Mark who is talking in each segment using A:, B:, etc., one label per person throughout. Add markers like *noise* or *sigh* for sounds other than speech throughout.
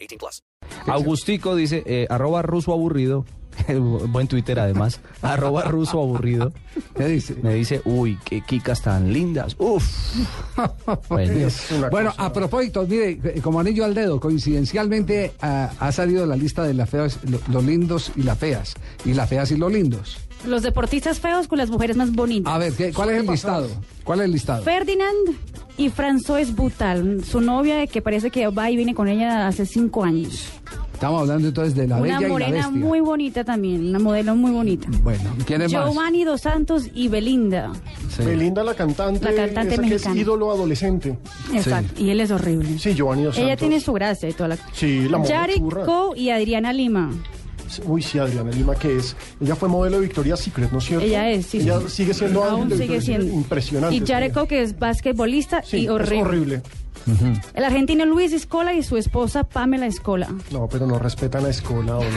A: 18 plus.
B: Agustico dice, eh, arroba ruso aburrido, *laughs* buen Twitter además, arroba ruso aburrido,
C: ¿Qué *laughs* dice?
B: me dice, uy, qué quicas tan lindas, uff. Bueno,
C: Bueno, a propósito, mire, eh, como anillo al dedo, coincidencialmente ah, ha salido la lista de las feas, lo- los lindos y las feas, y las feas y los lindos.
D: Los deportistas feos con las mujeres más bonitas.
C: A ver, ¿qué- ¿cuál es el listado? ¿Cuál es el listado?
D: Ferdinand y François Butal, su novia que parece que va y viene con ella hace cinco años.
C: Estamos hablando entonces de la
D: una
C: bella y la
D: morena
C: bestia.
D: muy bonita también, una modelo muy bonita.
C: Bueno, ¿quién es más?
D: Giovanni Dos Santos y Belinda.
C: Sí.
E: Belinda, la cantante,
D: La cantante
E: esa que
D: mexicana.
E: es ídolo adolescente.
D: Exacto. Y él es horrible.
E: Sí, Giovanni Dos
D: ella
E: Santos.
D: tiene su gracia y toda la.
E: Sí, la moda
D: Yari
E: churra.
D: Coe y Adriana Lima.
E: Uy, sí, Adriana Lima, que es. Ella fue modelo de Victoria's Secret, ¿no es cierto?
D: Ella es, sí.
E: Ella
D: sí.
E: sigue siendo
D: Aún
E: de
D: sigue
E: Victoria's Secret.
D: siendo.
E: Impresionante.
D: Y Jared Coe, que es basquetbolista
E: Sí,
D: y
E: es
D: horrible.
E: horrible.
D: El argentino Luis Escola y su esposa Pamela Escola.
E: No, pero no respetan a Escola. ¿o
D: *laughs*
E: no?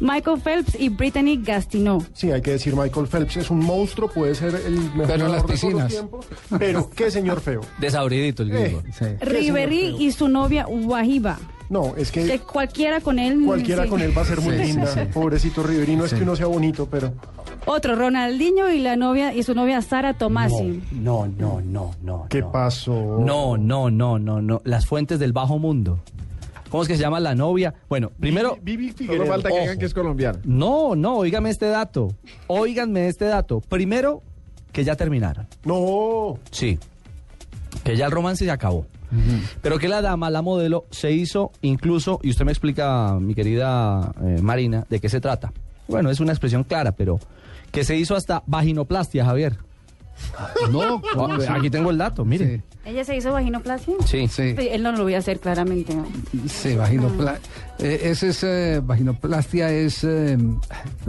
D: Michael Phelps y Brittany Gastineau.
E: Sí, hay que decir, Michael Phelps es un monstruo, puede ser el mejor
C: Pero en las
E: nadador de todos los
C: piscinas.
E: tiempos, pero qué señor feo.
B: desabridito el
E: Eh,
B: griego.
C: Sí.
D: Ribery y su novia Wahiba.
E: no, es que
D: Que cualquiera con él.
E: cualquiera
D: sí.
E: con él va a ser muy
C: Sí, sí,
E: linda.
C: sí.
E: Pobrecito Ribery, no es que uno sea bonito, pero
D: Otro, Ronaldinho y la novia y su novia Sara Tomasi.
B: No, no, no, no.
E: ¿qué
B: no.
E: pasó?
B: No, no, no, no, no, las fuentes del bajo mundo. ¿Cómo es que se llama la novia? Bueno, primero...
E: Vivi Figueredo.
F: Solo falta que
B: Ojo.
F: digan que es colombiano.
B: No, no, oígame este dato. Óiganme este dato. Primero, que ya terminaron.
E: No,
B: Sí. Que ya el romance se acabó. Pero que la dama, la modelo, se hizo incluso, y usted me explica, mi querida eh, Marina, de qué se trata. Bueno, es una expresión clara, pero que se hizo hasta vaginoplastia, Javier.
D: *laughs*
C: No, ¿cómo
B: Ah,
C: así?
B: Aquí tengo el dato, *laughs* mire.
D: ¿Ella se hizo vaginoplastia?
B: Sí.
C: Sí,
D: Pues Él no lo voy a hacer claramente. ¿no?
C: sí, vaginopla- eh, ese es, eh, vaginoplastia es... eh,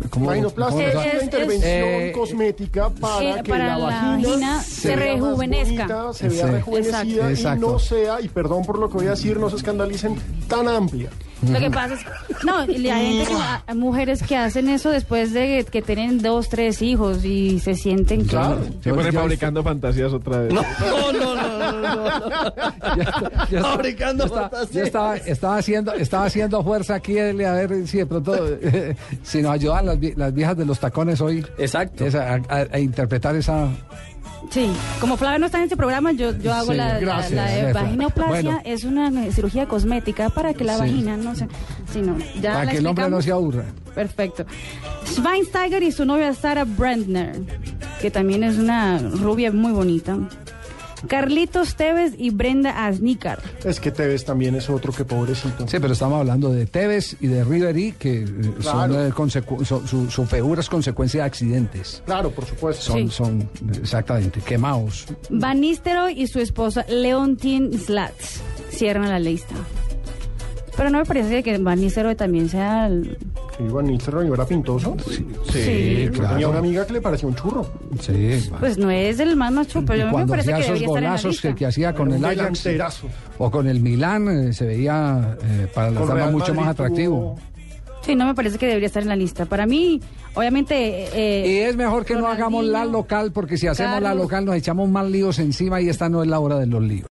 C: ¿cómo-
E: Vainoplastia
D: Es-
E: es,
C: cómo-
D: es-
E: una intervención
C: Eh,
E: cosmética para
D: eh,
E: que
D: para
E: la
D: la
E: vagina,
D: vagina
C: se
E: vea más
D: rejuvenezca.
E: bonita, se vea
C: Sí.
E: rejuvenecida
C: Exacto.
E: y no sea, y perdón por lo que voy a decir, no se escandalicen, tan amplia.
D: Lo que pasa es que. No, y hay gente que- hay mujeres que hacen eso después de que tienen dos, tres hijos y se sienten. que-
E: Claro.
F: Se
C: Yo-
F: pone
C: yo-
F: fabricando fantasías otra vez.
B: No, no, no, no, no, no.
C: Yo estaba-
B: Fabricando
C: yo estaba-
B: fantasías.
C: yo estaba, estaba haciendo, estaba haciendo fuerza aquí Eli, a ver si de pronto *laughs* eh, si nos ayudan las, vie- las viejas de los tacones hoy
B: Exacto.
C: esa- a, a- a interpretar esa
D: Sí, como Flavio no está en este programa, yo, yo hago
C: Sí,
D: la, la-
C: gracias,
D: la de
C: jefa.
D: vaginoplastia.
C: Bueno.
D: Es una me- cirugía cosmética para que la
C: Sí.
D: vagina no se... Sí, no, ya
C: para
D: la
C: que el hombre no
D: explicamos.
C: se aburra.
D: Perfecto. Schweinsteiger y su novia Sara Brandner, que también es una rubia muy bonita. Carlitos Tevez y Brenda Asnicar.
E: Es que Tevez también es otro que pobrecito.
C: Sí, pero estamos hablando de Tevez y de Riverí que eh, son,
E: Claro.
C: eh, consecu- son- su, su figura es consecuencia de accidentes.
E: Claro, por supuesto.
C: Son,
D: Sí.
C: son eh, exactamente quemados.
D: Van Nistelrooy y su esposa Leontine Slats cierran la lista. Pero no me parece que Van Nistelrooy también sea... el-
E: Sí, Van Nistelrooy era pintoso.
D: Sí,
E: Yo Tenía una amiga que le parecía un churro.
C: Sí.
D: Pues no es el más macho, pero Pues, a mí me
C: cuando
D: parece
C: hacía
D: que
C: esos
D: debería estar en la
C: golazos
D: lista.
C: que, que hacía con
E: Era
C: el
E: un
C: Ajax
E: delanterazo.
C: o con el Milán eh, se veía eh, para la
E: Con
C: dama
E: Real
C: mucho más
E: Madrid
C: atractivo.
E: tuvo-
D: Sí, no me parece que debería estar en la lista. Para mí, obviamente...
C: Y
D: eh,
C: es mejor que no hagamos la
D: Ronaldinho,
C: local porque si hacemos la
D: Carlos.
C: local nos echamos más líos encima y esta no es la hora de los líos.